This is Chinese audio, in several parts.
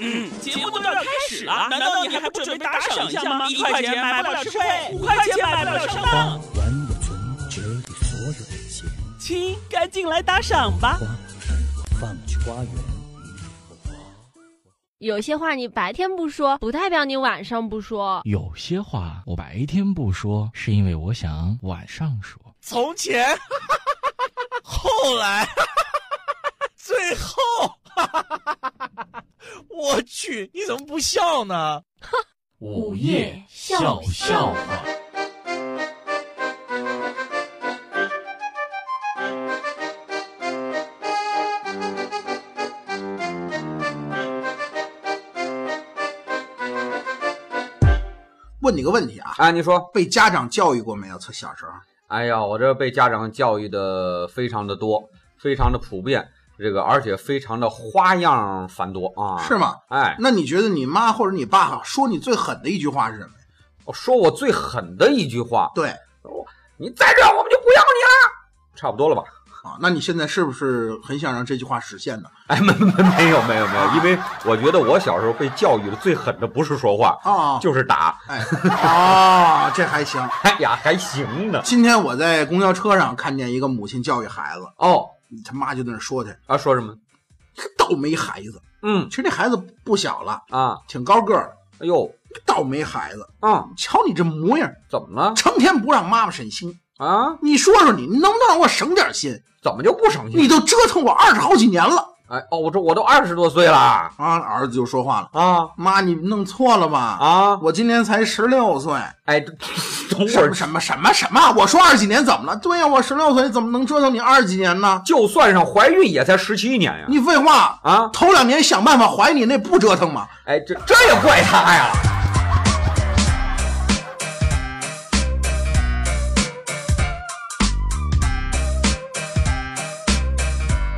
嗯，节目都要开始了，难道你还不准备打赏一下吗？一块钱买不了吃亏，五块钱买不了上当。完我存折里所有的钱，亲，赶紧来打赏吧！花儿放去花园。有些话你白天不说，不代表你晚上不说。有些话我白天不说，是因为我想晚上说。从前，后 来，最后，我去，你怎么不笑呢？午夜笑笑话。问你个问题 啊，哎，你说，被家长教育过没有？从小时候，哎呀，我这被家长教育的非常的多，非常的普遍，这个而且非常的花样繁多啊。是？吗？哎，那你觉得你妈或者你爸说你最狠的一句话是什么呀？我说我最狠的一句话，对你再这样我们就不要你了，差不多了吧？啊，那你现在是不是很想让这句话实现呢？哎，没没 没有没有没有，因为我觉得我小时候被教育的最狠的不是说话，啊， 就是打。哎，啊，这还行。哎呀，还行呢。今天我在公交车上看见一个母亲教育孩子，哦他妈就在那说去，啊，说什么？倒霉孩子。嗯其实这孩子不小了，啊，挺高个儿，哎呦倒霉孩子。啊，瞧你这模样，怎么了成天不让妈妈省心。啊？你说说你，你能不能让我省点心？怎么就不省你心？都折腾我二十好几年了哎哦，我这我都二十多岁了啊！儿子就说话了啊：“妈，你弄错了吧？啊！我今年才十六岁。” 哎，这等会什儿么什么什么什么？我说二十几年怎么了？对呀、我十六岁怎么能折腾你二十几年呢？就算上怀孕也才十七年呀！你废话，啊，头两年想办法怀你那不折腾吗？哎，这这也怪他呀！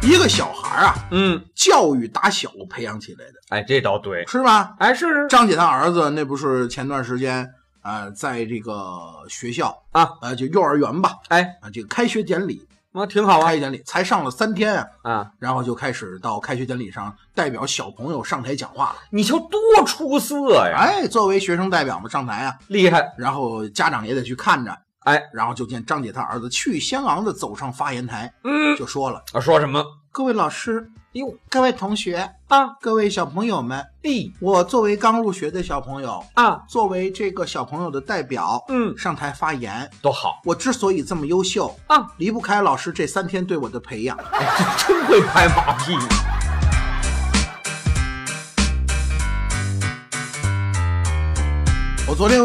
一个小孩啊，嗯，教育打小培养起来的，哎，这倒对，是吧？哎是张姐她儿子那不是前段时间呃，在这个学校啊，呃，就幼儿园吧，哎，啊，这个开学典礼，那挺好啊开学典礼才上了三天啊，啊！然后就开始到开学典礼上代表小朋友上台讲话了。你瞧多出色呀，哎，作为学生代表嘛，上台啊，厉害！然后家长也得去看着。哎，然后就见张姐她儿子去先昂的走上发言台，嗯，就说了啊，说什么？：“各位老师，哟各位同学，啊，各位小朋友们，哎我作为刚入学的小朋友，啊，作为这个小朋友的代表，嗯，上台发言。多好我之所以这么优秀，啊！离不开老师这三天对我的培养。哎，这真会拍马屁。我昨天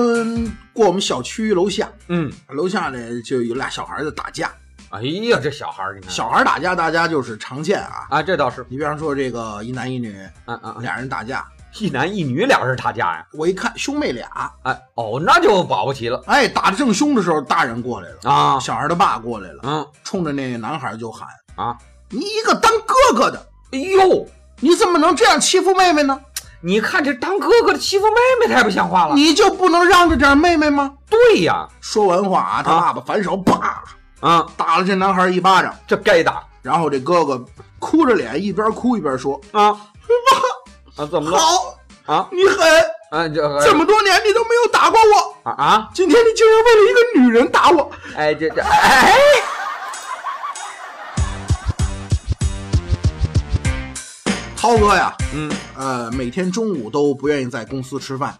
过我们小区楼下，嗯，楼下呢就有俩小孩在打架，哎呀，这小孩儿，你看，小孩打架大家就是常见啊。啊，这倒是，你比方说这个一男一女，啊啊，啊俩人打架，一男一女俩人打架呀，我一看兄妹俩，哎，哦，那就保不齐了哎，打得正凶的时候，大人过来了，啊，小孩的爸过来了，嗯冲着那男孩就喊啊，：“你一个当哥哥的，哎呦，你怎么能这样欺负妹妹呢？你看这当哥哥的欺负妹妹太不像话了。你就不能让着点妹妹吗对呀，？”说完话啊，他啊爸爸反手啪啊，打了这男孩一巴掌，这该打然后这哥哥哭着脸，一边哭一边说啊啊，怎：“么了好，啊？你狠！啊，这这么多年你都没有打过我，啊啊？今天你竟然为了一个女人打我！”哎，这这哎，涛哥呀，嗯，呃，每天中午都不愿意在公司吃饭，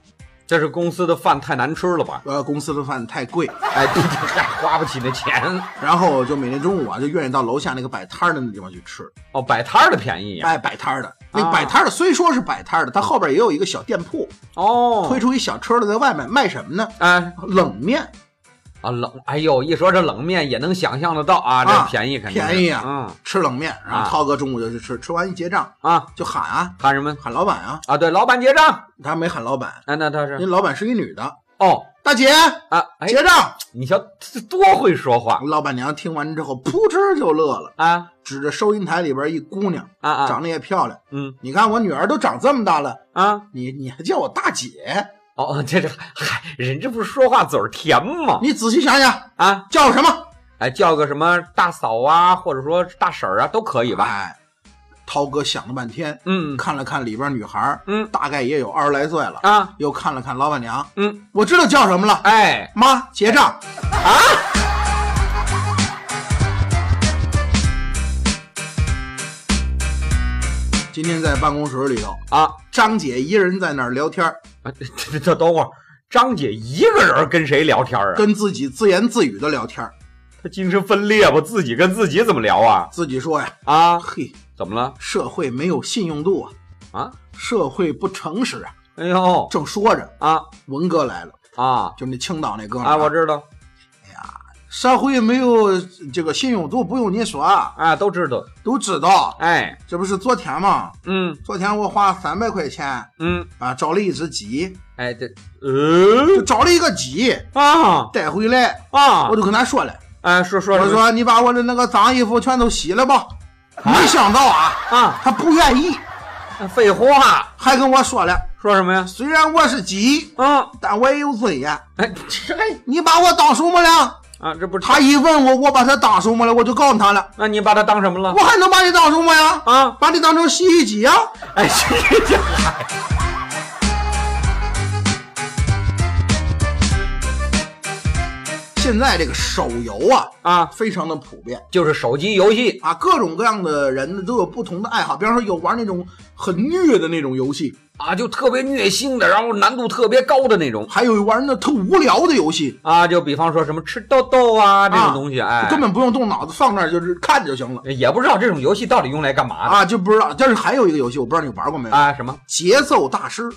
这是公司的饭太难吃了吧？呃，公司的饭太贵，哎，这这还花不起那钱然后就每天中午啊，就愿意到楼下那个摆摊儿的那地方去吃。哦，摆摊儿的便宜呀。啊哎，摆摊儿的那摆摊儿的虽说是摆摊儿的，它后边也有一个小店铺，哦推，出一小车的，在外面卖什么呢？哎冷面，啊冷，哎呦，一说这冷面也能想象得到啊，啊这便宜肯定是便宜啊嗯吃冷面。然啊后涛哥中午就去吃，吃完一结账啊，就喊啊，喊什么喊老板啊，啊？对，老板结账。他没喊老板，哎，那他是人老板是一女的，哦大姐啊，哎，嗯结账。你瞧这多会说话老板娘听完之后，扑哧就乐了，啊指着收银台里边一姑娘，啊啊嗯长，得也漂亮。嗯你看我女儿都长这么大了，啊。你你还叫我大姐？哦，这这嗨，人这不是说话嘴儿甜吗？你仔细想想，啊，叫我什么？哎，叫个什么大嫂啊，或者说大婶儿啊，都可以吧？哎，涛哥想了半天，嗯看了看里边女孩，嗯大概也有二十来岁了，啊，又看了看老板娘，嗯，啊我知道叫什么了，哎，妈，结账。啊！今天在办公室里头，啊，张姐一人在那儿聊天儿，啊这这等会儿，张姐一个人跟谁聊天啊？跟自己自言自语的聊天儿，她精神分裂吧？自己跟自己怎么聊啊？自己说呀，啊，嘿，怎么了？社会没有信用度啊，啊，社会不诚实啊。哎呦，正说着，啊文哥来了，啊就那青岛那哥们儿啊！我知道，社会没有这个信用度，不用你说啊，啊，都知道，都知道。哎，这不是昨天吗？嗯昨天我花三百块钱嗯，啊，找了一只鸡，哎，这，呃就找了一个鸡啊带回来，啊我，就跟他说了，哎，说说我说说你把我的那个脏衣服全都洗了吧。没想到啊，啊，他不愿意，废话，还跟我说了，说什么呀？虽然我是鸡，啊，但我也有尊严。哎，这你把我当什么了？啊，这不是他一问我，我把他当什么了，我就告诉他了，那你把他当什么了我？还能把你当什么呀？啊，把你当成洗衣机呀、哎， 这这现在这个手游啊，啊，非常的普遍就是手机游戏啊，各种各样的人都有不同的爱好。比方说，有玩那种很虐的那种游戏，啊，就特别虐心的，然后难度特别高的那种还有玩那特无聊的游戏，啊，就比方说什么吃豆豆啊这种东西，哎，根本不用动脑子，放那儿就是看就行了也不知道这种游戏到底用来干嘛的啊，就不知道。但是还有一个游戏，我不知道你玩过没有，啊？什么？节奏大师。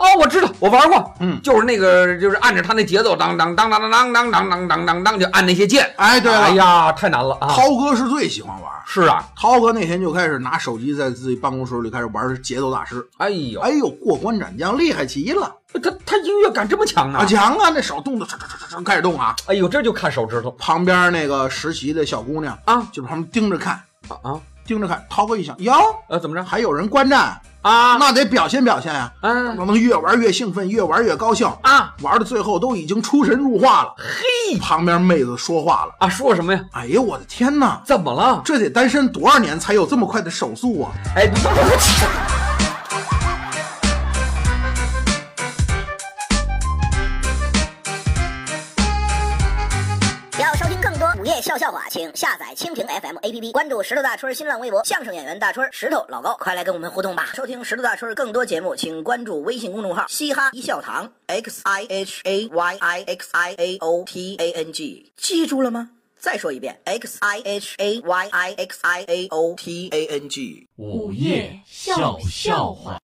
哦，我知道，我玩过，嗯就是那个，就是按着他那节奏，当当当当当当当当当当当，就按那些键。哎，对了，哎呀，太难了啊！涛哥是最喜欢玩。是啊，涛哥那天就开始拿手机在自己办公室里开始玩节奏大师，哎呦，哎呦，过关斩将厉害极了，他他音乐感这么强呢啊！强啊，那手动的唰唰唰唰唰开始动啊，哎呦，这就看手指头旁边那个实习的小姑娘啊就旁边盯着看，啊啊！盯着看。涛哥一想，哟，呃，怎么着？还有人观战，啊那得表现表现呀、啊我们越玩越兴奋，越玩越高兴，啊玩到最后都已经出神入化了。嘿，旁边妹子说话了啊！说什么呀：“？哎呀，我的天哪！”怎么了？这得单身多少年才有这么快的手速啊！哎，不不不，要收听更多午夜笑笑话，请下载蜻蜓 FM APP，关注石头大春儿新浪微博，相声演员大春儿、石头老高，快来跟我们互动吧！收听石头大春儿更多节目，请关注微信公众号“嘻哈一笑堂 ”x i h a y i x i a o t a n g，记住了吗？再说一遍，x i h a y i x i a o t a n g。午夜笑笑话。